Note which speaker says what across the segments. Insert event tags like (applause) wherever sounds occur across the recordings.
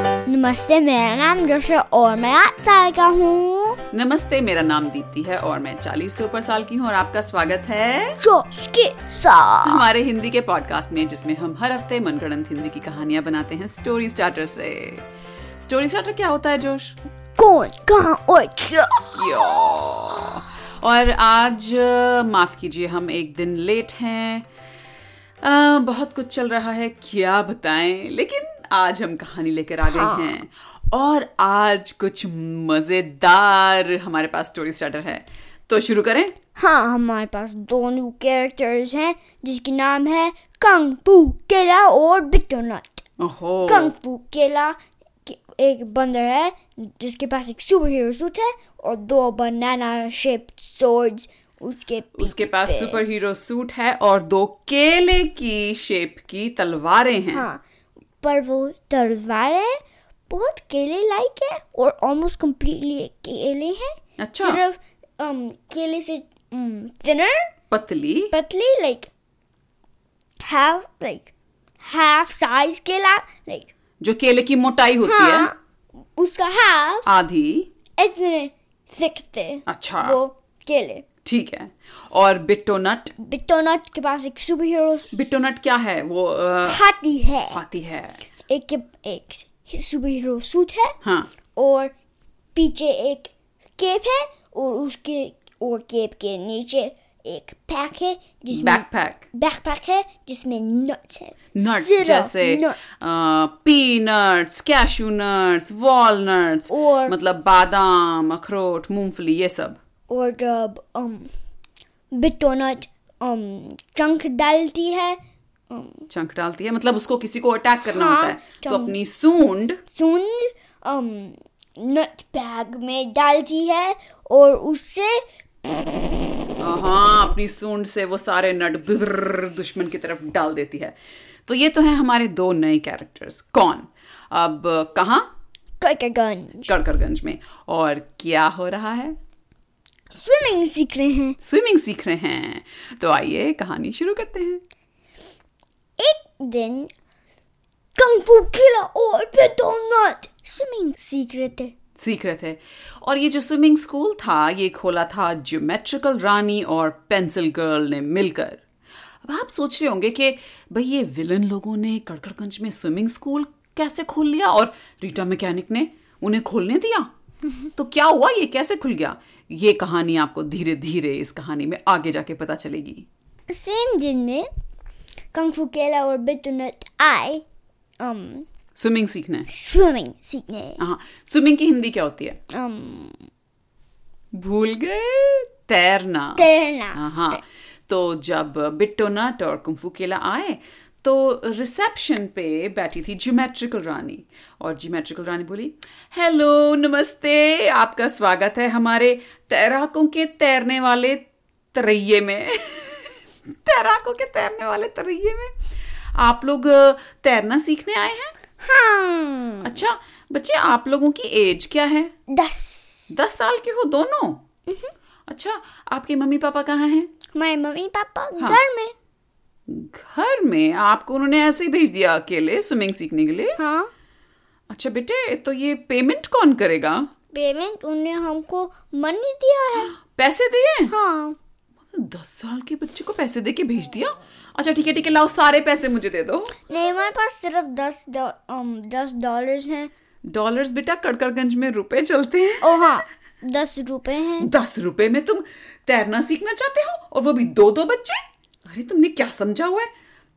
Speaker 1: नमस्ते मेरा नाम जोश है और मैं आठ साल का हूँ
Speaker 2: नमस्ते मेरा नाम दीप्ति है और मैं चालीस से ऊपर साल की हूँ और आपका स्वागत है
Speaker 1: जोश के साथ
Speaker 2: हमारे हिंदी के पॉडकास्ट में जिसमें हम हर हफ्ते मनगढ़ंत हिंदी की कहानियां बनाते हैं स्टोरी स्टार्टर से स्टोरी स्टार्टर क्या होता है जोश
Speaker 1: कौन कहाँ और क्या
Speaker 2: यो। और आज अ, माफ कीजिए हम एक दिन लेट हैं अ, बहुत कुछ चल रहा है क्या बताएं लेकिन आज हम कहानी लेकर आ गए हैं और आज कुछ मजेदार हमारे पास स्टोरी स्टार्टर है तो शुरू करें
Speaker 1: हाँ हमारे पास दो न्यू कैरेक्टर्स हैं जिसकी नाम है कंग पू केला और बिटोनट
Speaker 2: ओहो
Speaker 1: कंग फू केला के- एक बंदर है जिसके पास एक सुपर हीरो सूट है और दो बनाना शेप्ड swords उसके
Speaker 2: उसके पास सुपर हीरो सूट है और दो केले की शेप की तलवारें हैं
Speaker 1: हाँ पर वो तलवारें बहुत केले लाइक है और ऑलमोस्ट कम्प्लीटली केले हैं
Speaker 2: अच्छा।
Speaker 1: सिर्फ um, केले से um, थिनर
Speaker 2: पतली
Speaker 1: पतली like half like half size केला लाइक
Speaker 2: जो केले की मोटाई होती है
Speaker 1: हाँ उसका हाफ
Speaker 2: आधी
Speaker 1: इतने thick थे
Speaker 2: अच्छा
Speaker 1: वो केले
Speaker 2: ठीक है और बिट्टोनट
Speaker 1: बिटोनट के पास एक सुपर हीरो
Speaker 2: बिट्टोनट क्या है वो अ,
Speaker 1: हाथी है
Speaker 2: हाथी है
Speaker 1: एक के एक सुपर हीरो सूट है
Speaker 2: हाँ
Speaker 1: और पीछे एक केप है और उसके और केप के नीचे एक पैक है जिसमें
Speaker 2: बैकपैक
Speaker 1: बैकपैक है जिसमें नट्स है
Speaker 2: नट्स
Speaker 1: सिर्फ
Speaker 2: जैसे
Speaker 1: nuts।
Speaker 2: Peanuts cashew nuts walnuts
Speaker 1: और-
Speaker 2: मतलब बादाम अखरोट मूंगफली ये सब
Speaker 1: और जब um, बिट्टो नट um, चंक डालती है um,
Speaker 2: चंक डालती है मतलब उसको किसी को अटैक करना
Speaker 1: हाँ,
Speaker 2: होता है तो
Speaker 1: चंक।
Speaker 2: अपनी सूंड
Speaker 1: सुन um, नट बैग में डालती है और उससे
Speaker 2: हाँ अपनी सूंड से वो सारे नट बिर्र दुश्मन की तरफ डाल देती है तो ये तो है हमारे दो नए कैरेक्टर्स कौन अब कहाँ
Speaker 1: कटरगंज
Speaker 2: कड़कड़गंज में और क्या हो रहा है
Speaker 1: स्विमिंग सीख रहे हैं
Speaker 2: स्विमिंग सीख रहे हैं तो आइए कहानी शुरू करते हैं
Speaker 1: एक दिन कंफू किला और बेटोनट स्विमिंग सीख रहे थे
Speaker 2: सीख रहे थे और ये जो स्विमिंग स्कूल था ये खोला था ज्योमेट्रिकल रानी और पेंसिल गर्ल ने मिलकर अब आप सोच रहे होंगे कि भाई ये विलन लोगों ने कड़कड़गंज में स्विमिंग स्कूल कैसे खोल लिया और रीटा मैकेनिक ने उन्हें खोलने दिया तो क्या हुआ ये कैसे खुल गया ये कहानी आपको धीरे धीरे इस कहानी में आगे जाके पता चलेगी
Speaker 1: सेम दिन में कंफू केला और बेटोनट आए um,
Speaker 2: स्विमिंग सीखने
Speaker 1: स्विमिंग सीखने
Speaker 2: हाँ स्विमिंग की हिंदी क्या होती है
Speaker 1: um,
Speaker 2: भूल गए तैरना
Speaker 1: तैरना
Speaker 2: हाँ तो जब बिट्टो नट और कुंफू केला आए तो रिसेप्शन पे बैठी थी ज्योमेट्रिकल रानी और ज्योमेट्रिकल रानी बोली हेलो नमस्ते आपका स्वागत है हमारे तैराकों के तैरने वाले तरइये में (laughs) तैराकों के तैरने वाले तरइये में आप लोग अ, तैरना सीखने आए हैं
Speaker 1: हाँ
Speaker 2: अच्छा बच्चे आप लोगों की एज क्या है
Speaker 1: दस
Speaker 2: दस साल के हो दोनों अच्छा आपके मम्मी पापा कहाँ हैं
Speaker 1: हमारे मम्मी पापा
Speaker 2: हाँ।
Speaker 1: घर में
Speaker 2: घर में आपको उन्होंने ऐसे ही भेज दिया अकेले स्विमिंग सीखने के लिए
Speaker 1: हाँ
Speaker 2: अच्छा बेटे तो ये पेमेंट कौन करेगा
Speaker 1: पेमेंट उन्हें हमको मनी दिया है
Speaker 2: पैसे दिए
Speaker 1: हाँ
Speaker 2: दस साल के बच्चे को पैसे दे के भेज दिया अच्छा ठीक है ठीक है लाओ सारे पैसे मुझे दे दो
Speaker 1: नहीं हमारे पास सिर्फ दस डॉ- um, दस डॉलर्स हैं
Speaker 2: डॉलर्स बेटा कड़कड़गंज में रुपए चलते हैं
Speaker 1: ओ हाँ दस रुपए हैं
Speaker 2: दस रुपए में तुम तैरना सीखना चाहते हो और वो भी दो दो बच्चे अरे तुमने क्या समझा हुआ है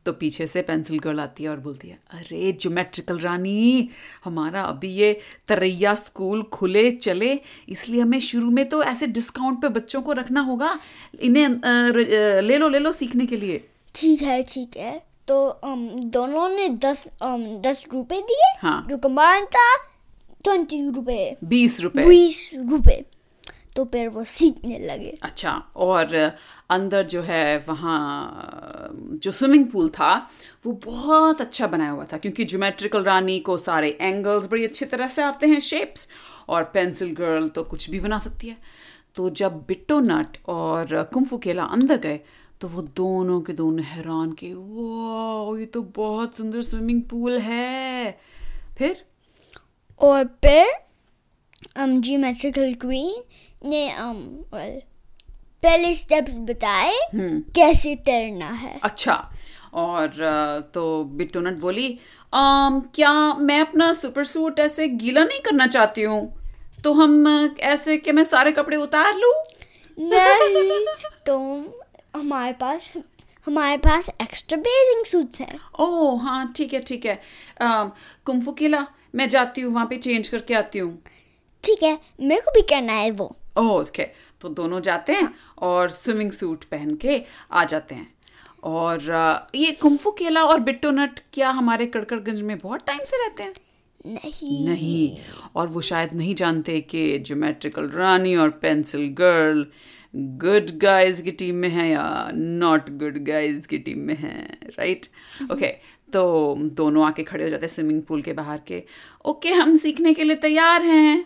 Speaker 2: तो पीछे से पेंसिल गर्ल आती है और बोलती है अरे ज्योमेट्रिकल रानी हमारा अभी ये तरैया स्कूल खुले चले इसलिए हमें शुरू में तो ऐसे डिस्काउंट पे बच्चों को रखना होगा इन्हें अ, र- अ, ले लो ले लो सीखने के लिए
Speaker 1: ठीक है ठीक है तो um, दोनों ने दस um, दस रुपए दिए
Speaker 2: हाँ।
Speaker 1: जो कमान था ट्वेंटी रुपए
Speaker 2: बीस रुपए
Speaker 1: बीस रुपए तो फिर वो सीखने लगे
Speaker 2: अच्छा और अंदर जो है वहाँ जो स्विमिंग पूल था वो बहुत अच्छा बनाया हुआ था क्योंकि ज्योमेट्रिकल रानी को सारे एंगल्स बड़ी अच्छी तरह से आते हैं शेप्स और पेंसिल गर्ल तो कुछ भी बना सकती है तो जब बिट्टो नट और कुम्फू केला अंदर गए तो वो दोनों के दोनों हैरान के वाह ये तो बहुत सुंदर स्विमिंग पूल है फिर
Speaker 1: और फिर um geometrical queen ने um well, पहले स्टेप्स बताए कैसे तैरना है
Speaker 2: अच्छा और अ, तो बिटोनट बोली "अम, क्या मैं अपना सुपर सूट ऐसे गीला नहीं करना चाहती हूँ तो हम अ, ऐसे कि मैं सारे कपड़े उतार लूं
Speaker 1: नहीं तो हमारे पास हमारे पास एक्स्ट्रा बेजिंग सूट्स हैं
Speaker 2: ओह हाँ ठीक है ठीक है अम, कुम्फू किला मैं जाती हूँ वहाँ पे चेंज करके आती हूँ
Speaker 1: ठीक है मेरे को भी करना है वो
Speaker 2: ओके तो दोनों जाते हैं और स्विमिंग सूट पहन के आ जाते हैं और अ, ये कुम्फू केला और बिट्टू नट क्या हमारे कड़कड़गंज में बहुत टाइम से रहते हैं
Speaker 1: नहीं
Speaker 2: नहीं और वो शायद नहीं जानते कि ज्योमेट्रिकल रानी और पेंसिल गर्ल गुड गाइज की टीम में है या नॉट गुड गाइज की टीम में है राइट ओके तो दोनों आके खड़े हो जाते हैं स्विमिंग पूल के बाहर के ओके हम सीखने के लिए तैयार हैं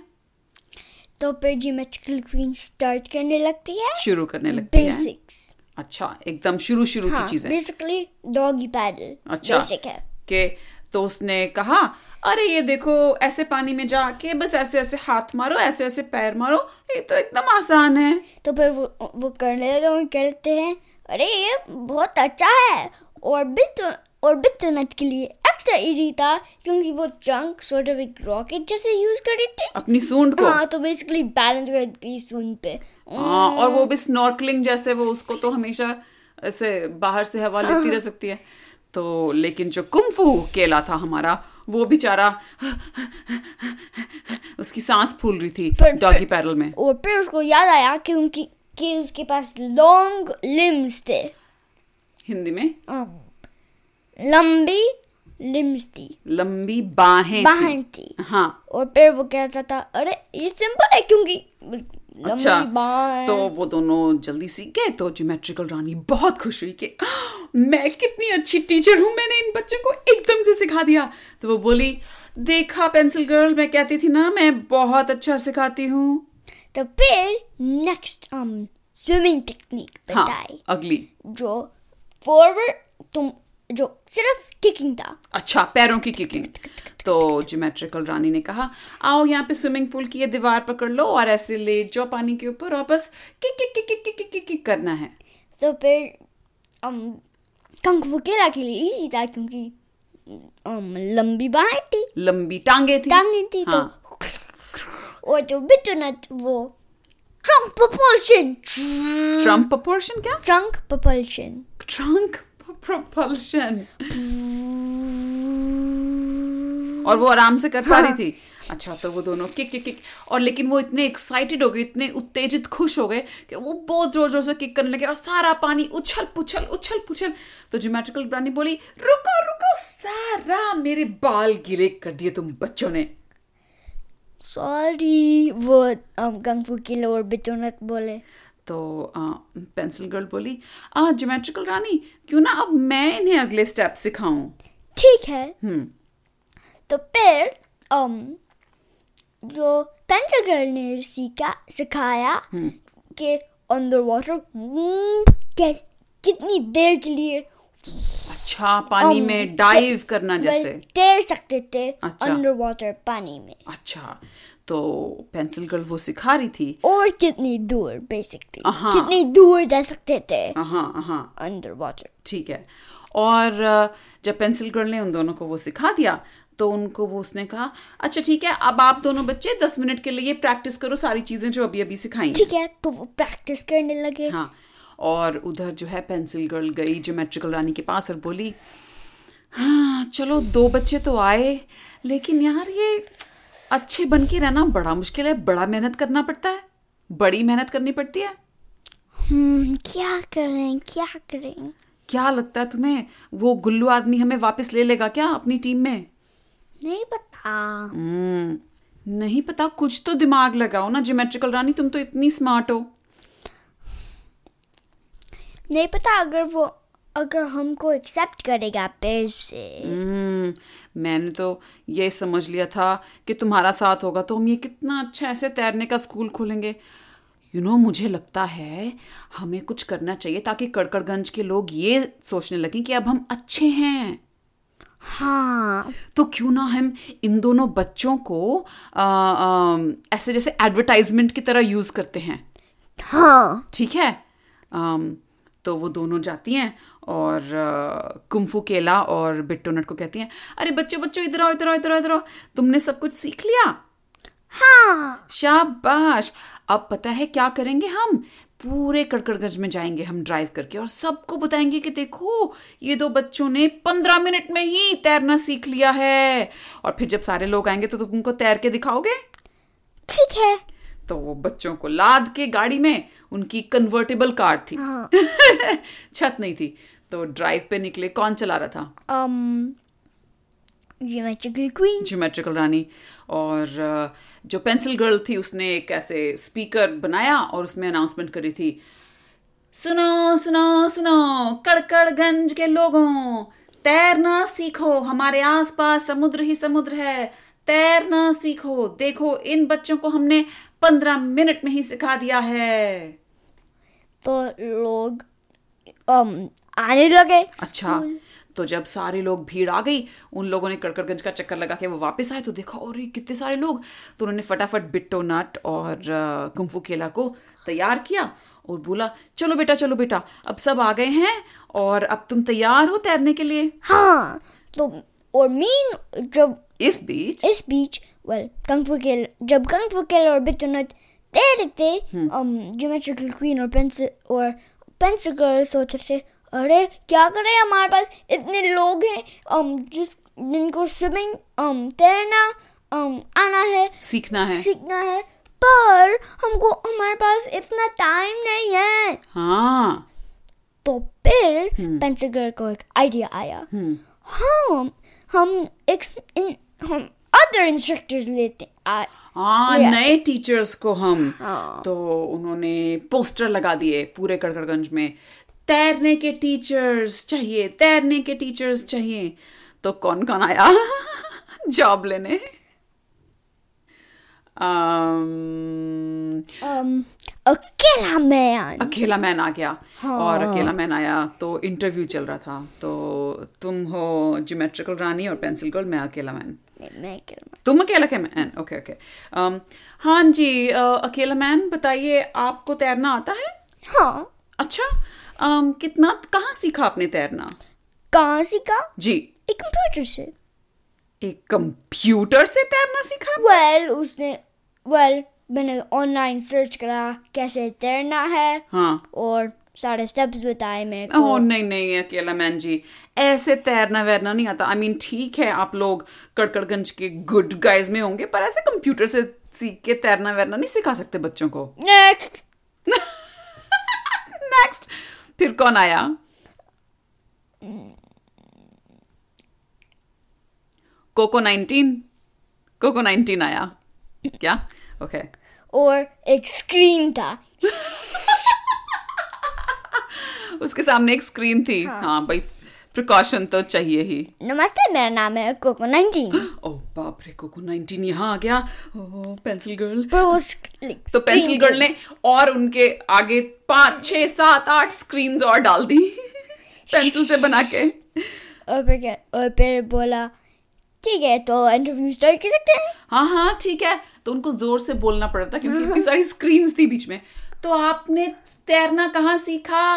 Speaker 1: तो फिर ज्योमेट्रिकल क्वीन स्टार्ट करने लगती है
Speaker 2: शुरू करने लगते हैं
Speaker 1: बेसिक्स
Speaker 2: अच्छा एकदम शुरू शुरू
Speaker 1: हाँ
Speaker 2: की चीजें
Speaker 1: बेसिकली डॉगी पैडल
Speaker 2: अच्छा
Speaker 1: बेसिक है
Speaker 2: के तो उसने कहा अरे ये देखो ऐसे पानी में जाके बस ऐसे ऐसे हाथ मारो ऐसे ऐसे पैर मारो ये तो एकदम आसान है
Speaker 1: तो फिर वो वो करने लगे और करते हैं अरे ये बहुत अच्छा है और बिट और बिटनट के लिए एक्स्ट्रा इजी था क्योंकि वो चंक सॉर्ट ऑफ एक रॉकेट जैसे यूज कर रही थी
Speaker 2: अपनी सूंड को
Speaker 1: हाँ तो बेसिकली बैलेंस कर रही थी सून पे
Speaker 2: हाँ और वो भी स्नॉर्कलिंग जैसे वो उसको तो हमेशा ऐसे बाहर से हवा लेती रह सकती है तो लेकिन जो कुंफू केला था हमारा वो बेचारा उसकी सांस फूल रही थी
Speaker 1: पर-
Speaker 2: डॉगी पैडल में
Speaker 1: और फिर उसको याद आया कि उनकी कि उसके पास लॉन्ग लिम्स थे
Speaker 2: हिंदी में
Speaker 1: अम, लंबी लिम्स थी
Speaker 2: लंबी बाहें थी
Speaker 1: बाहन थी
Speaker 2: हाँ
Speaker 1: और फिर वो कहता था अरे ये सिंपल है क्योंकि लंबी
Speaker 2: अच्छा
Speaker 1: बाहें-
Speaker 2: तो वो दोनों जल्दी सीख गए तो ज्योमेट्रिकल रानी बहुत खुश हुई कि मैं कितनी अच्छी टीचर हूँ मैंने इन बच्चों को एकदम से सिखा दिया तो वो बोली देखा पेंसिल गर्ल मैं कहती थी ना मैं बहुत अच्छा सिखाती हूँ
Speaker 1: तो फिर नेक्स्ट हम स्विमिंग टेक्निक
Speaker 2: हाँ
Speaker 1: बताई
Speaker 2: अगली
Speaker 1: जो फॉरवर्ड तुम जो सिर्फ किकिंग था
Speaker 2: अच्छा पैरों की किकिंग तो ज्योमेट्रिकल रानी ने कहा आओ यहाँ पे स्विमिंग पूल की ये दीवार पकड़ लो और ऐसे लेट जाओ पानी के ऊपर और बस kick kick kick kick kick kick kick करना है
Speaker 1: तो फिर हम कंगफू केला के लिए इजी था क्योंकि um, हम लंबी बाहें थी
Speaker 2: लंबी टांगे थी
Speaker 1: टांगी थी तो
Speaker 2: हाँ।
Speaker 1: और जो बिटोनट वो ट्रंक प्रपल्शन
Speaker 2: ट्रम्प प्रपोर्शन क्या
Speaker 1: ट्रंक प्रपल्शन
Speaker 2: ट्रंक propulsion और वो आराम से कर पा रही थी अच्छा तो वो दोनों किक किक किक और लेकिन वो इतने एक्साइटेड हो गए इतने उत्तेजित खुश हो गए कि वो बहुत जोर जोर से किक करने लगे और सारा पानी उछल पुछल उछल पुछल तो ज्योमेट्रिकल प्राणी बोली रुको रुको सारा मेरे बाल गीले कर दिए तुम बच्चों ने
Speaker 1: सॉरी वो हम कंगफू केला और बिटोनट बोले
Speaker 2: तो पेंसिल गर्ल बोली आ ज्योमेट्रिकल रानी क्यों ना अब मैं इन्हें अगले स्टेप सिखाऊं
Speaker 1: ठीक है
Speaker 2: हम्म
Speaker 1: तो फिर um, जो पेंसिल गर्ल ने सीखा सिखाया कि अंडर वाटर Mm, कैसे कितनी देर के लिए
Speaker 2: अच्छा पानी
Speaker 1: Um,
Speaker 2: में डाइव करना जैसे
Speaker 1: बल- तैर सकते थे
Speaker 2: अच्छा।
Speaker 1: अंडर वाटर पानी में
Speaker 2: अच्छा तो पेंसिल गर्ल वो सिखा रही थी
Speaker 1: और कितनी दूर बेसिकली
Speaker 2: हाँ।
Speaker 1: कितनी दूर जा सकते थे
Speaker 2: हाँ हाँ
Speaker 1: अंडर वाटर
Speaker 2: ठीक है और अ, जब पेंसिल गर्ल ने उन दोनों को वो सिखा दिया तो उनको वो उसने कहा अच्छा ठीक है अब आप दोनों बच्चे दस मिनट के लिए प्रैक्टिस करो सारी चीजें जो अभी अभी सिखाई हैं।
Speaker 1: ठीक है तो वो प्रैक्टिस करने लगे
Speaker 2: हाँ और उधर जो है पेंसिल गर्ल गई ज्योमेट्रिकल रानी के पास और बोली हाँ चलो दो बच्चे तो आए लेकिन यार ये अच्छे बन के रहना बड़ा मुश्किल है बड़ा मेहनत करना पड़ता है बड़ी मेहनत करनी पड़ती है
Speaker 1: हम्म क्या करें क्या करें
Speaker 2: क्या लगता है तुम्हें वो गुल्लू आदमी हमें वापस ले लेगा क्या अपनी टीम में
Speaker 1: नहीं पता
Speaker 2: हम्म, नहीं पता कुछ तो दिमाग लगाओ ना ज्योमेट्रिकल रानी तुम तो इतनी स्मार्ट हो
Speaker 1: नहीं पता अगर वो अगर हमको एक्सेप्ट करेगा फिर से
Speaker 2: हम्म, मैंने तो ये समझ लिया था कि तुम्हारा साथ होगा तो हम ये कितना अच्छा ऐसे तैरने का स्कूल खोलेंगे यू नो मुझे लगता है हमें कुछ करना चाहिए ताकि कड़कड़गंज के लोग ये सोचने लगें कि अब हम अच्छे हैं
Speaker 1: हाँ
Speaker 2: तो क्यों ना हम इन दोनों बच्चों को आ, आ, ऐसे जैसे एडवर्टाइजमेंट की तरह यूज करते हैं
Speaker 1: हाँ
Speaker 2: ठीक है अम, तो वो दोनों जाती हैं और अ, कुम्फू केला और बिट्टो नट को कहती हैं अरे बच्चों बच्चों इधर आओ इधर आओ इधर आओ इधर आओ तुमने सब कुछ सीख लिया
Speaker 1: हाँ
Speaker 2: शाबाश अब पता है क्या करेंगे हम पूरे कड़कड़गंज में जाएंगे हम ड्राइव करके और सबको बताएंगे कि देखो ये दो बच्चों ने पंद्रह मिनट में ही तैरना सीख लिया है और फिर जब सारे लोग आएंगे तो तुमको तैर के दिखाओगे
Speaker 1: ठीक है
Speaker 2: तो वो बच्चों को लाद के गाड़ी में उनकी कन्वर्टेबल कार थी
Speaker 1: हाँ।
Speaker 2: (laughs) छत नहीं थी तो ड्राइव पे निकले कौन चला रहा था
Speaker 1: um geometrical queen
Speaker 2: geometrical Rani और अ, जो पेंसिल गर्ल थी उसने एक ऐसे स्पीकर बनाया और उसमें अनाउंसमेंट करी थी सुनो सुनो सुनो कड़कड़गंज के लोगों तैरना सीखो हमारे आसपास समुद्र ही समुद्र है तैरना सीखो देखो इन बच्चों को हमने पंद्रह मिनट में ही सिखा दिया है
Speaker 1: तो लोग um आने लगे
Speaker 2: अच्छा तो जब सारे लोग भीड़ आ गई उन लोगों ने कड़कड़गंज का चक्कर लगा के वो वापस आए तो देखा और ये कितने सारे लोग तो उन्होंने फटाफट बिट्टो नट और अ, कुंफू केला को तैयार किया और बोला चलो बेटा चलो बेटा अब सब आ गए हैं और अब तुम तैयार हो तैरने के लिए
Speaker 1: हाँ तो और मीन जब
Speaker 2: इस बीच
Speaker 1: इस बीच well kung fu kill जब kung fu kill और bitunut तैर थे um geometrical queen और pencil और pencil girl सोच रहे थे अरे क्या करें हमारे पास इतने लोग हैं um जिस जिनको स्विमिंग um तैरना um आना है
Speaker 2: सीखना है
Speaker 1: सीखना है पर हमको हमारे पास इतना टाइम नहीं है
Speaker 2: हाँ
Speaker 1: तो फिर पेंसिल गर्ल को एक आइडिया आया हम हम एक इन, हम अदर इंस्ट्रक्टर्स लेते आ,
Speaker 2: हाँ
Speaker 1: Yeah.
Speaker 2: नए टीचर्स को हम
Speaker 1: हाँ।
Speaker 2: तो उन्होंने पोस्टर लगा दिए पूरे कड़कड़गंज में तैरने के टीचर्स चाहिए तैरने के टीचर्स चाहिए तो कौन कौन आया (laughs) जॉब लेने अम्म,
Speaker 1: um, अकेला मैन
Speaker 2: अकेला मैन आ गया और
Speaker 1: हाँ।
Speaker 2: अकेला मैन आया तो इंटरव्यू चल रहा था तो तुम हो ज्योमेट्रिकल रानी और पेंसिल गर्ल मैं अकेला मैन
Speaker 1: मैं अकेला man।
Speaker 2: तुम अकेला के मैन ओके ओके um, हाँ जी अ, अकेला मैन बताइए आपको तैरना आता है
Speaker 1: हाँ
Speaker 2: अच्छा um, कितना कहाँ सीखा आपने तैरना
Speaker 1: कहाँ सीखा
Speaker 2: जी
Speaker 1: एक कंप्यूटर से
Speaker 2: एक कंप्यूटर से तैरना सीखा
Speaker 1: वेल well, उसने वेल well, मैंने ऑनलाइन सर्च करा कैसे तैरना है
Speaker 2: हाँ
Speaker 1: और सारे स्टेप्स बताए मेरे को
Speaker 2: ओह नहीं नहीं अकेला मैन जी ऐसे तैरना वैरना नहीं आता आई मीन ठीक है आप लोग कड़कड़गंज के गुड गाइज में होंगे पर ऐसे कंप्यूटर से सीख के तैरना वैरना नहीं सिखा सकते बच्चों को
Speaker 1: नेक्स्ट
Speaker 2: नेक्स्ट फिर कौन आया कोको 19 कोको 19 आया क्या ओके
Speaker 1: और एक स्क्रीन था
Speaker 2: उसके सामने एक स्क्रीन थी हाँ भाई प्रिकॉशन तो चाहिए ही
Speaker 1: नमस्ते मेरा नाम है कोको नंजीन
Speaker 2: (laughs) ओ बाप रे कोको 19 यहाँ आ गया ओ पेंसिल गर्ल
Speaker 1: पर वो स्क- like,
Speaker 2: तो पेंसिल
Speaker 1: screen
Speaker 2: गर्ल ने और उनके आगे पांच छह सात आठ स्क्रीन्स और डाल दी पेंसिल से बना के
Speaker 1: थी। और फिर क्या और फिर बोला ठीक है तो इंटरव्यू स्टार्ट कर सकते हैं
Speaker 2: हाँ हाँ ठीक है तो उनको जोर से बोलना पड़ा था क्योंकि इतनी सारी स्क्रीन्स थी बीच में तो आपने तैरना कहाँ सीखा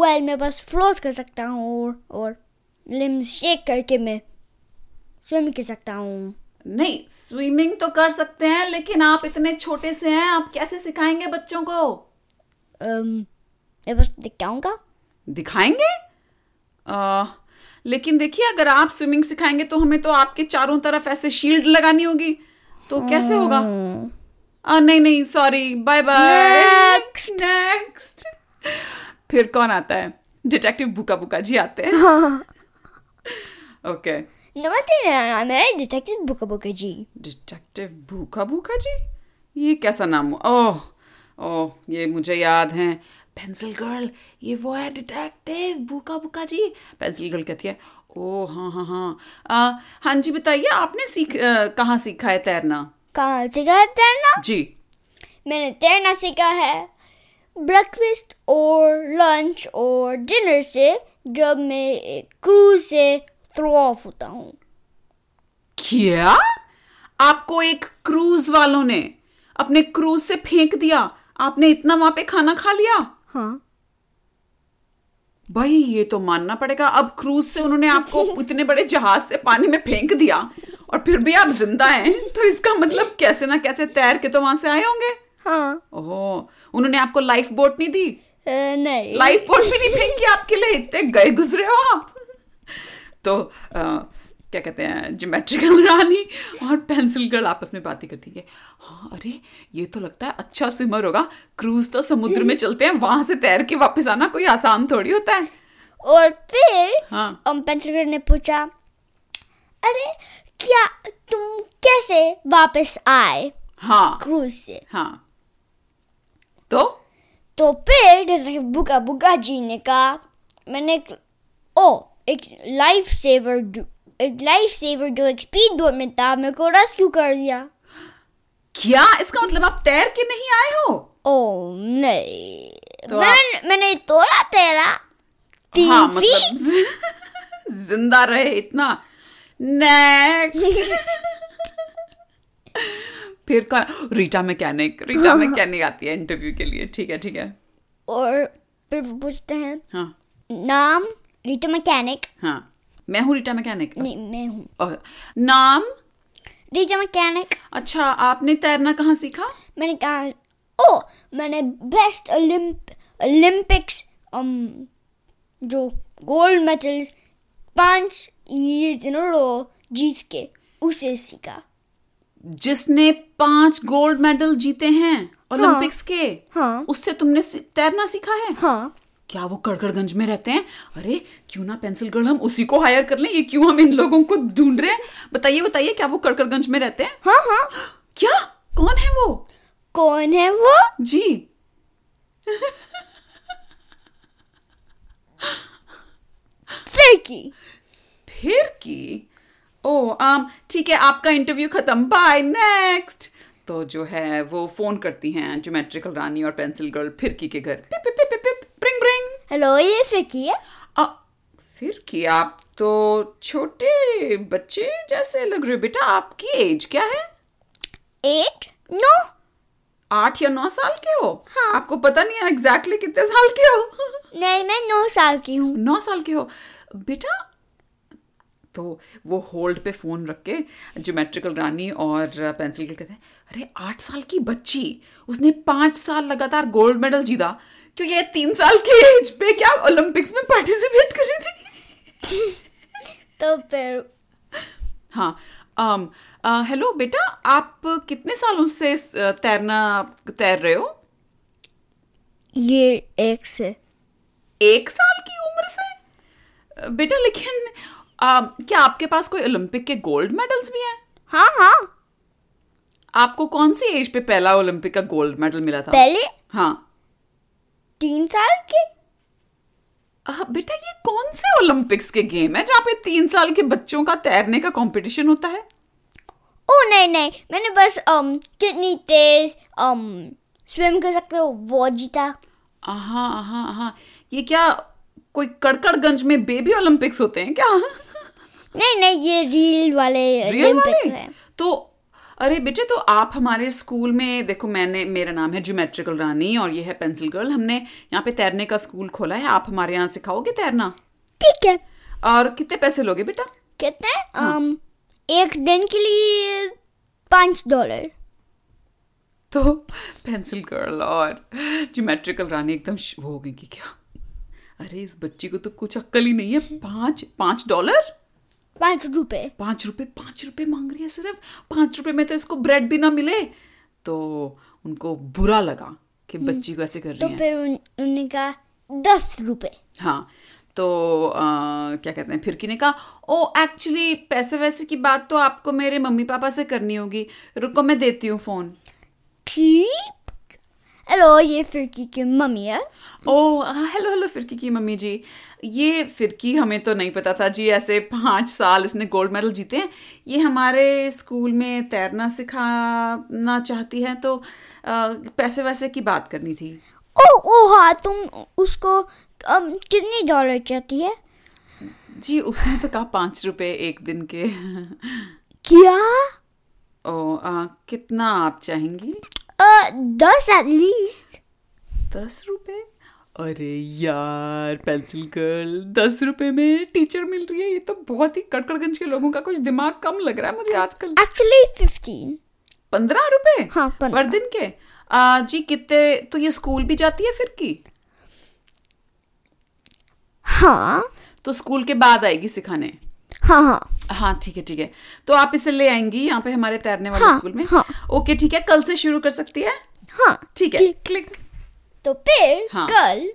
Speaker 1: वेल मैं बस फ्लोट कर सकता हूँ और, और लिम्स शेक करके मैं स्विम कर सकता हूँ Um,
Speaker 2: नहीं स्विमिंग तो कर सकते हैं लेकिन आप इतने छोटे से हैं आप कैसे सिखाएंगे बच्चों को
Speaker 1: अम, मैं बस दिखाऊंगा
Speaker 2: दिखाएंगे आ, लेकिन देखिए अगर आप स्विमिंग सिखाएंगे तो हमें तो आपके चारों तरफ ऐसे शील्ड लगानी होगी तो कैसे होगा आ, Oh, नहीं नहीं sorry bye bye next next फिर कौन आता है डिटेक्टिव बुका बुका जी आते हैं ओके
Speaker 1: नमस्ते मेरा नाम है डिटेक्टिव बुका बुका जी
Speaker 2: डिटेक्टिव भूखा भूखा जी ये कैसा नाम हुआ ओह ओह ये मुझे याद है पेंसिल गर्ल ये वो है detective Bhukha Bhukha ji pencil girl कहती है ओह हाँ हाँ हाँ आ, हाँ जी बताइए आपने सीख अ, कहाँ सीखा है तैरना
Speaker 1: कहाँ सीखा है तैरना
Speaker 2: जी
Speaker 1: मैंने तैरना सीखा है ब्रेकफास्ट और लंच और डिनर से जब मैं क्रूज से थ्रो ऑफ होता हूँ
Speaker 2: क्या आपको एक क्रूज वालों ने अपने क्रूज से फेंक दिया आपने इतना वहां पे खाना खा लिया
Speaker 1: हाँ
Speaker 2: भाई ये तो मानना पड़ेगा अब क्रूज से उन्होंने आपको इतने बड़े जहाज से पानी में फेंक दिया और फिर भी आप जिंदा हैं तो इसका मतलब कैसे ना कैसे तैर के तो वहां से आए होंगे
Speaker 1: हाँ
Speaker 2: ओह उन्होंने आपको लाइफ बोट नहीं दी
Speaker 1: अ, नहीं
Speaker 2: लाइफ बोट भी नहीं फेंकी आपके लिए इतने गए गुजरे हो आप तो अ, क्या कहते हैं ज्योमेट्रिकल रानी और पेंसिल गर्ल आपस में बातें करती है हाँ अरे ये तो लगता है अच्छा स्विमर होगा क्रूज तो समुद्र में चलते हैं वहां से तैर के वापस आना कोई आसान थोड़ी होता है
Speaker 1: और फिर
Speaker 2: हाँ
Speaker 1: um, पेंसिलवेयर ने पूछा अरे क्या तुम कैसे वापस आए
Speaker 2: हाँ
Speaker 1: क्रूज से
Speaker 2: हाँ तो
Speaker 1: तो फिर बुका बुका जी ने कहा मैंने एक- ओ एक लाइफ सेवर एक लाइफ सेवर जो एक स्पीड बोट में था मेरे को रेस्क्यू कर दिया
Speaker 2: क्या इसका मतलब आप तैर के नहीं आए हो
Speaker 1: ओ नहीं
Speaker 2: तो आप-
Speaker 1: मैंने मैंने तोड़ा तेरा तीन
Speaker 2: हाँ
Speaker 1: feet?
Speaker 2: मतलब जि- (laughs) जिंदा रहे इतना नेक्स्ट फिर कौन रीटा मैकेनिक
Speaker 1: हाँ,
Speaker 2: रीटा मैकेनिक आती है इंटरव्यू के लिए ठीक है ठीक है
Speaker 1: और फिर वो पूछते हैं
Speaker 2: हाँ
Speaker 1: नाम रिटो मैकेनिक
Speaker 2: हाँ मैं हूँ रीटा मैकेनिक
Speaker 1: नहीं मैं हूँ
Speaker 2: और नाम
Speaker 1: रिटो मैकेनिक
Speaker 2: अच्छा आपने तैरना कहाँ सीखा
Speaker 1: मैंने कहा ओ मैंने बेस्ट ओलंप ओलंपिक्स um, जो गोल्ड मेडल पांच ईयर्स इन रो जीत के उसे सीखा
Speaker 2: जिसने पांच गोल्ड मेडल जीते हैं ओलंपिक्स के
Speaker 1: हाँ।
Speaker 2: उससे तुमने सी- तैरना सीखा है
Speaker 1: हाँ
Speaker 2: क्या वो कड़कड़गंज में रहते हैं अरे क्यों ना पेंसिल गर्ल हम उसी को हायर कर लें ये क्यों हम इन लोगों को ढूंढ रहे हैं बताइए बताइए क्या वो कड़कड़गंज में रहते हैं
Speaker 1: हाँ हाँ
Speaker 2: क्या कौन है वो
Speaker 1: कौन है वो
Speaker 2: जी
Speaker 1: फिरकी
Speaker 2: फिर की ओ आम ठीक है आपका इंटरव्यू खत्म बाय नेक्स्ट तो जो है वो फोन करती हैं ज्योमेट्रिकल रानी और पेंसिल गर्ल फिरकी के घर पिप पिप पिप पिप ब्रिंग ब्रिंग
Speaker 1: हेलो ये फिरकी है
Speaker 2: आ, फिर की आप तो छोटे बच्चे जैसे लग रहे हो बेटा आपकी एज क्या है
Speaker 1: एट नो
Speaker 2: आठ या नौ साल के हो आपको पता नहीं है एग्जैक्टली कितने साल के हो
Speaker 1: (laughs) नहीं मैं नौ साल की हूँ
Speaker 2: नौ साल के हो बेटा तो वो होल्ड पे फोन रख के ज्योमेट्रिकल रानी और पेंसिल के कहते हैं अरे आठ साल की बच्ची उसने पाँच साल लगातार गोल्ड मेडल जीता क्यों ये तीन साल की एज पे क्या ओलंपिक्स में पार्टिसिपेट करी थी
Speaker 1: तो फिर
Speaker 2: हाँ अम, अ, हेलो बेटा आप कितने सालों से अ, तैरना तैर रहे हो
Speaker 1: ये एक से
Speaker 2: एक साल की उम्र से बेटा लेकिन आ, क्या आपके पास कोई ओलंपिक के गोल्ड मेडल्स भी हैं
Speaker 1: हाँ हाँ
Speaker 2: आपको कौन सी एज पे पहला ओलंपिक का गोल्ड मेडल मिला था
Speaker 1: पहले
Speaker 2: हाँ
Speaker 1: तीन साल की
Speaker 2: आ, बेटा ये कौन से ओलंपिक्स के गेम है जहाँ पे तीन साल के बच्चों का तैरने का कंपटीशन होता है
Speaker 1: ओ Oh, नहीं नहीं मैंने बस um, कितनी तेज um, स्विम कर सकते हो वो जीता
Speaker 2: हाँ हाँ हाँ ये क्या कोई कड़कड़गंज में बेबी ओलंपिक्स होते हैं क्या
Speaker 1: नहीं नहीं ये रील वाले
Speaker 2: रियल
Speaker 1: Olympics
Speaker 2: वाले
Speaker 1: हैं।
Speaker 2: तो अरे बेटे तो आप हमारे स्कूल में देखो मैंने मेरा नाम है ज्योमेट्रिकल रानी और ये है पेंसिल गर्ल हमने यहाँ पे तैरने का स्कूल खोला है आप हमारे यहाँ सिखाओगे तैरना
Speaker 1: ठीक है
Speaker 2: और कितने पैसे लोगे बेटा
Speaker 1: कितने um, एक दिन के लिए पाँच डॉलर
Speaker 2: तो पेंसिल गर्ल और ज्योमेट्रिकल रानी एकदम श- वो हो गई कि क्या अरे इस बच्ची को तो कुछ अक्कल ही नहीं है पाँच पाँच डॉलर
Speaker 1: पाँच रुपए
Speaker 2: पाँच रुपए पाँच रुपए मांग रही है सिर्फ पाँच रुपए में तो इसको ब्रेड भी ना मिले तो उनको बुरा लगा कि बच्ची को ऐसे कर रही
Speaker 1: तो
Speaker 2: हैं
Speaker 1: फिर उन, उन्होंने कहा दस रुपए
Speaker 2: हाँ तो अ, क्या कहते हैं फिरकी ने कहा ओ एक्चुअली पैसे वैसे की बात तो आपको मेरे मम्मी पापा से करनी होगी रुको मैं देती हूँ फोन
Speaker 1: ठीक हेलो ये फिरकी की मम्मी है
Speaker 2: ओ हेलो हेलो फिरकी की मम्मी जी ये फिरकी हमें तो नहीं पता था जी ऐसे पाँच साल इसने गोल्ड मेडल जीते हैं ये हमारे स्कूल में तैरना सिखाना चाहती है तो अ, पैसे वैसे की बात करनी थी
Speaker 1: ओ ओ हाँ तुम उसको um, कितने डॉलर चाहती है
Speaker 2: जी उसने तो कहा पाँच रुपए एक दिन के (laughs)
Speaker 1: क्या
Speaker 2: ओ आ, कितना आप चाहेंगी
Speaker 1: Uh, दस at least.
Speaker 2: दस रुपए अरे यार पेंसिल गर्ल दस रुपए में टीचर मिल रही है ये तो बहुत ही कड़कड़गंज के लोगों का कुछ दिमाग कम लग रहा है मुझे आजकल
Speaker 1: Actually, fifteen.
Speaker 2: पंद्रह रुपए
Speaker 1: हाँ,
Speaker 2: पर
Speaker 1: 15
Speaker 2: दिन के आ, जी कितने तो ये स्कूल भी जाती है फिर की
Speaker 1: हाँ
Speaker 2: तो स्कूल के बाद आएगी सिखाने
Speaker 1: हाँ हाँ
Speaker 2: हाँ ठीक है ठीक है तो आप इसे ले आएंगी यहाँ पे हमारे तैरने वाले
Speaker 1: हाँ,
Speaker 2: स्कूल में
Speaker 1: हाँ।
Speaker 2: ओके ठीक है कल से शुरू कर सकती है
Speaker 1: हाँ
Speaker 2: ठीक है
Speaker 1: ठीक।
Speaker 2: क्लिक
Speaker 1: तो फिर
Speaker 2: हाँ।
Speaker 1: कल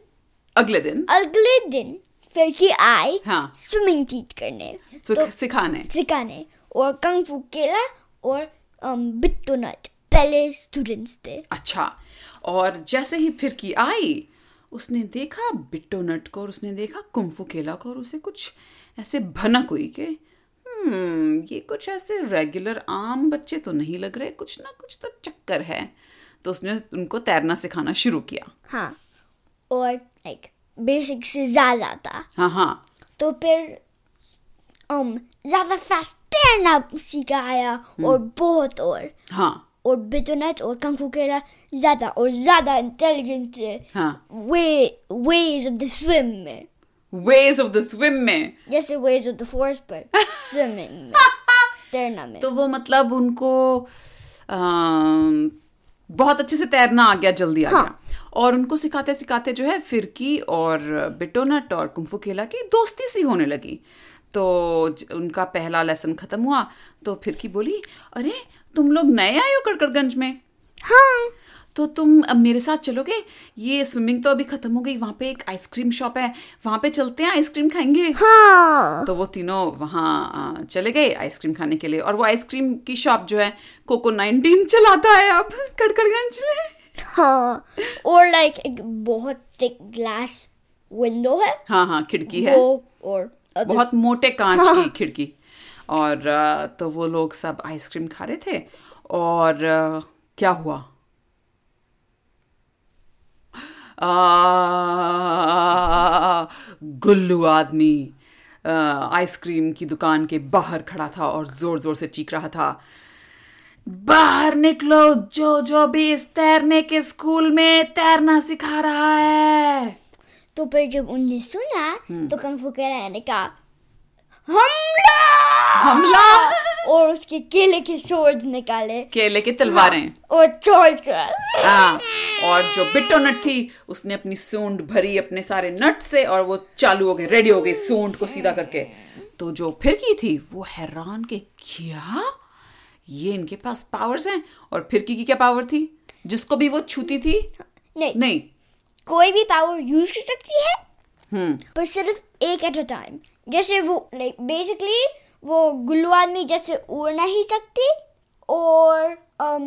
Speaker 2: अगले दिन
Speaker 1: अगले दिन फिर की आई
Speaker 2: हाँ।
Speaker 1: स्विमिंग टीच करने
Speaker 2: सु-
Speaker 1: तो
Speaker 2: सिखाने
Speaker 1: सिखाने और कंग फू केला और um, बिट्टू नट पहले स्टूडेंट्स थे
Speaker 2: अच्छा और जैसे ही फिरकी आई उसने देखा बिट्टो नट को और उसने देखा कुम्फू केला को और उसे कुछ ऐसे भनक हुई कि "हम्म, ये कुछ ऐसे रेगुलर आम बच्चे तो नहीं लग रहे कुछ ना कुछ तो चक्कर है तो उसने उनको तैरना सिखाना शुरू किया
Speaker 1: हाँ और लाइक बेसिक से ज़्यादा था
Speaker 2: हाँ हाँ
Speaker 1: तो फिर um, ज़्यादा फास्ट तैरना सिखाया
Speaker 2: हम्म।
Speaker 1: और बहुत और
Speaker 2: हाँ
Speaker 1: और बिटोनेट और कंफू केला ज़्यादा और ज़्यादा इंटेलिजेंट थे
Speaker 2: हाँ
Speaker 1: way ways of the swim में
Speaker 2: वेज ऑफ द स्विम में
Speaker 1: जैसे वेज ऑफ द फोर्स पर स्विमिंग में तैरना में
Speaker 2: तो वो मतलब उनको अम, बहुत अच्छे से तैरना आ गया जल्दी आ
Speaker 1: हाँ।
Speaker 2: गया और उनको सिखाते सिखाते जो है फिरकी और बिटोनट और कुम्फू खेला की दोस्ती सी होने लगी तो ज- उनका पहला लेसन खत्म हुआ तो फिरकी बोली अरे तुम लोग नए आए हो कड़कड़गंज में
Speaker 1: हाँ
Speaker 2: तो तुम अब मेरे साथ चलोगे ये स्विमिंग तो अभी खत्म हो गई वहाँ पे एक आइसक्रीम शॉप है वहाँ पे चलते हैं आइसक्रीम खाएंगे
Speaker 1: हाँ
Speaker 2: तो वो तीनों वहाँ अ, चले गए आइसक्रीम खाने के लिए और वो आइसक्रीम की शॉप जो है कोको नाइनटीन चलाता है अब कड़कड़गंज में
Speaker 1: हाँ और लाइक एक बहुत थिक ग्लास विंडो है
Speaker 2: हाँ हाँ खिड़की है
Speaker 1: वो और other-
Speaker 2: बहुत मोटे कांच की खिड़की और अ, तो वो लोग सब आइसक्रीम खा रहे थे और अ, क्या हुआ आ, गुल्लू आदमी अ, आइसक्रीम की दुकान के बाहर खड़ा था और जोर जोर से चीख रहा था बाहर निकलो जो जो भी इस तैरने के स्कूल में तैरना सिखा रहा है
Speaker 1: तो फिर जब उनने सुना तो कंफू केला ने कहा हमला
Speaker 2: (laughs) हमला
Speaker 1: और उसके केले के सोर्ड निकाले
Speaker 2: केले की तलवारें
Speaker 1: और चोर कर
Speaker 2: हाँ और जो बिट्टो नट थी उसने अपनी सूंड भरी अपने सारे नट से और वो चालू हो गई रेडी हो गई सूंड को सीधा करके तो जो फिरकी थी वो हैरान के क्या ये इनके पास पावर्स हैं और फिरकी की क्या पावर थी जिसको भी वो छूती थी
Speaker 1: नहीं
Speaker 2: नहीं
Speaker 1: कोई भी पावर यूज कर सकती है
Speaker 2: हम्म
Speaker 1: पर सिर्फ एक एट अ टाइम जैसे वो लाइक बेसिकली वो गुल्लू आदमी जैसे उड़ नहीं सकती और um,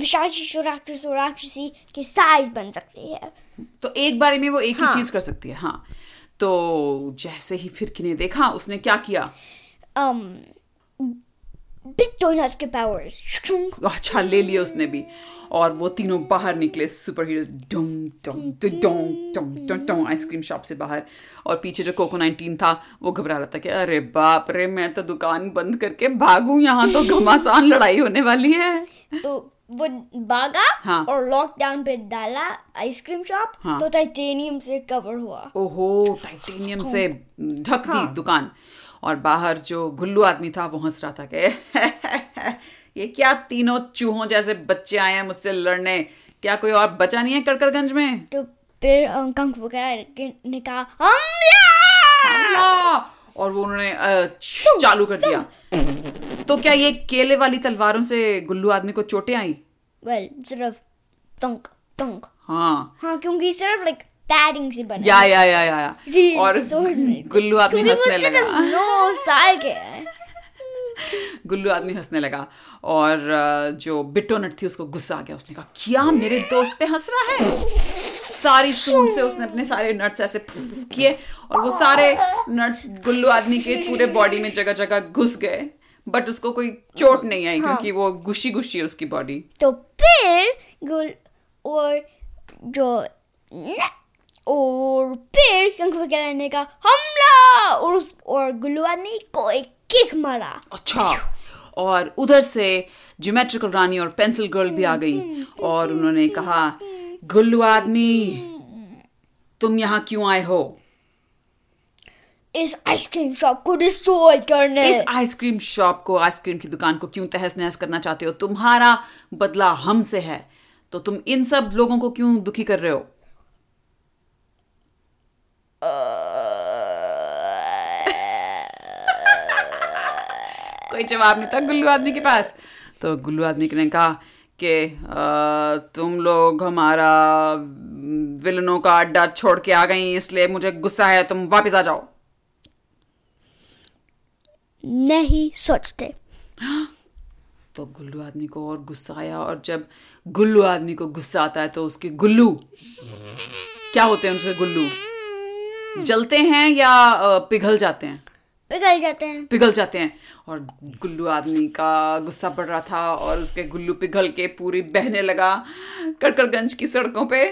Speaker 1: विशाक्षी शोराक्षस और राक्षसी के साइज बन सकती है
Speaker 2: तो एक बारे में वो एक
Speaker 1: हाँ।
Speaker 2: ही चीज कर सकती है हाँ तो जैसे ही फिरकी ने देखा उसने क्या किया
Speaker 1: um, बिग डोनट्स के पावर्स
Speaker 2: अच्छा ले लिया उसने भी और वो तीनों बाहर निकले सुपर हीरो डोंग डोंग डोंग डोंग डोंग डोंग आइसक्रीम शॉप से बाहर और पीछे जो कोको नाइनटीन था वो घबरा रहा था कि अरे बाप रे मैं तो दुकान बंद करके भागू यहाँ तो घमासान लड़ाई होने वाली है
Speaker 1: (laughs) तो वो भागा
Speaker 2: हाँ।
Speaker 1: और लॉकडाउन पे डाला आइसक्रीम शॉप
Speaker 2: हाँ।
Speaker 1: तो टाइटेनियम से कवर हुआ
Speaker 2: ओहो टाइटेनियम से ढक दी दुकान और बाहर जो गुल्लू आदमी था वो हंस रहा था कि (laughs) ये क्या तीनों चूहों जैसे बच्चे आए हैं मुझसे लड़ने क्या कोई और बचा नहीं है कड़कड़गंज में
Speaker 1: तो फिर अम, कंग फू के- ने कहा हमला
Speaker 2: हमला! और वो उन्होंने अ, छ- चालू कर दिया तो क्या ये केले वाली तलवारों से गुल्लू आदमी को चोटें आई
Speaker 1: वेल सिर्फ टंक टंक
Speaker 2: हाँ
Speaker 1: हाँ क्योंकि सिर्फ लाइक पैडिंग से बना
Speaker 2: या या या या, या।
Speaker 1: Real
Speaker 2: और
Speaker 1: sword में।
Speaker 2: गुल्लू आदमी
Speaker 1: क्योंकि वो
Speaker 2: हंसने
Speaker 1: सिर्फ
Speaker 2: लगा
Speaker 1: नौ साल के हैं
Speaker 2: गुल्लू आदमी हंसने लगा और अ, जो बिट्टो नट थी उसको गुस्सा आ गया उसने कहा क्या मेरे दोस्त पे हंस रहा है सारी सूंड से उसने अपने सारे नट्स ऐसे किए और वो सारे नट्स गुल्लू आदमी के पूरे बॉडी में जगह जगह घुस गए बट उसको कोई चोट नहीं आई क्योंकि वो गुशी गुशी है उसकी बॉडी
Speaker 1: तो फिर गुल और जो न- और फिर कंग फू कैला ने कहा हमला और उस और गुलवानी को एक किक मारा
Speaker 2: अच्छा और उधर से ज्योमेट्रिकल रानी और पेंसिल गर्ल भी आ गई और उन्होंने कहा गुल्लू आदमी तुम यहाँ क्यों आए हो
Speaker 1: इस आइसक्रीम शॉप को डिस्ट्रॉय करने
Speaker 2: इस आइसक्रीम शॉप को आइसक्रीम की दुकान को क्यों तहस नहस करना चाहते हो तुम्हारा बदला हमसे है तो तुम इन सब लोगों को क्यों दुखी कर रहे हो
Speaker 1: Uh, (laughs)
Speaker 2: कोई जवाब नहीं था गुल्लू आदमी के पास तो गुल्लू आदमी ने कहा कि "अ, तुम लोग हमारा विलनों का अड्डा छोड़ के आ गई इसलिए मुझे गुस्सा है तुम वापस आ जाओ
Speaker 1: नहीं सोचते
Speaker 2: तो गुल्लू आदमी को और गुस्सा आया और जब गुल्लू आदमी को गुस्सा आता है तो उसके गुल्लू क्या होते हैं उसके गुल्लू जलते हैं या अ, पिघल जाते हैं
Speaker 1: पिघल जाते हैं
Speaker 2: पिघल जाते हैं और गुल्लू आदमी का गुस्सा बढ़ रहा था और उसके गुल्लू पिघल के पूरी बहने लगा कड़कड़गंज की सड़कों पे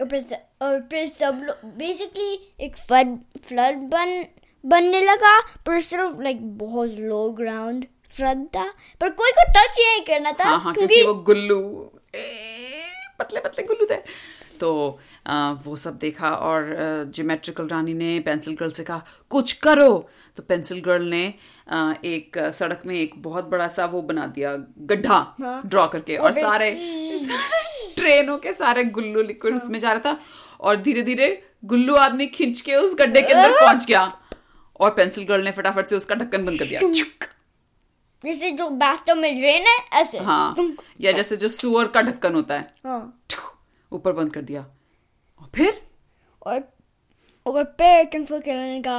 Speaker 1: और फिर स- और फिर सब लोग बेसिकली एक फ्लड फ्लड बन बनने लगा पर सिर्फ लाइक बहुत लो ग्राउंड फ्लड था पर कोई को टच नहीं करना था
Speaker 2: हाँ हाँ क्योंकि वो गुल्लू ए, पतले पतले गुल्लू थे तो आ, वो सब देखा और ज्योमेट्रिकल रानी ने पेंसिल गर्ल से कहा कुछ करो तो पेंसिल गर्ल ने आ, एक आ, सड़क में एक बहुत बड़ा सा वो बना दिया गड्ढा ड्रॉ करके और
Speaker 1: फिर-
Speaker 2: सारे ट्रेनों के सारे गुल्लू लिक्विड उसमें जा रहा था और धीरे धीरे गुल्लू आदमी खींच के उस गड्ढे के अंदर पहुंच गया और पेंसिल गर्ल ने फटाफट से उसका ढक्कन बंद कर दिया
Speaker 1: जैसे जो बाथरूम में ड्रेन है ऐसे
Speaker 2: हाँ
Speaker 1: तुम-
Speaker 2: या जैसे जो सुअर का ढक्कन होता है
Speaker 1: हाँ
Speaker 2: ठू, ऊपर बंद कर दिया और फिर
Speaker 1: और और पेड़ कंफर्ट करने का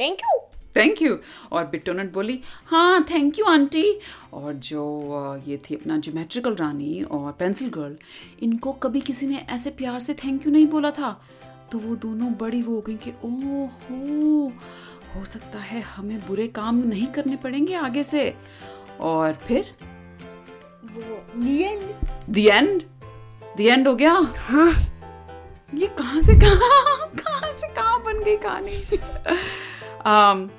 Speaker 1: थैंक यू
Speaker 2: थैंक यू और बिट्टोनट बोली हाँ थैंक यू आंटी और जो अ, ये थी अपना ज्योमेट्रिकल रानी और पेंसिल गर्ल इनको कभी किसी ने ऐसे प्यार से थैंक यू नहीं बोला था तो वो दोनों बड़ी वो हो गई कि ओ हो हो सकता है हमें बुरे काम नहीं करने पड़ेंगे आगे से और फिर
Speaker 1: वो नियन
Speaker 2: द एंड द एंड हो गया
Speaker 1: हाँ
Speaker 2: ये कहाँ से कहाँ कहाँ से कहाँ बन गई कहानी um,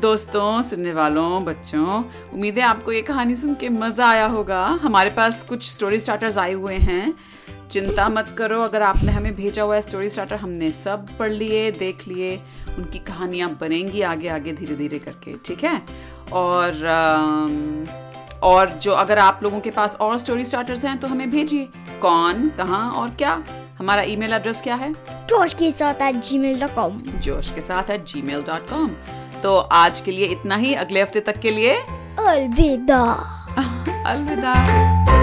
Speaker 2: दोस्तों सुनने वालों बच्चों उम्मीद है आपको ये कहानी सुन के मज़ा आया होगा हमारे पास कुछ स्टोरी स्टार्टर्स आए हुए हैं चिंता मत करो अगर आपने हमें भेजा हुआ है स्टोरी स्टार्टर हमने सब पढ़ लिए देख लिए उनकी कहानियाँ बनेंगी आगे आगे धीरे धीरे करके ठीक है और um, और जो अगर आप लोगों के पास और स्टोरी स्टार्टर्स हैं तो हमें भेजिए कौन कहाँ और क्या हमारा ईमेल एड्रेस क्या है
Speaker 1: जोश के तो साथ at Gmail dot com
Speaker 2: जोश के साथ है जी मेल डॉट कॉम तो आज के लिए इतना ही अगले हफ्ते तक के लिए
Speaker 1: अलविदा
Speaker 2: (laughs) अलविदा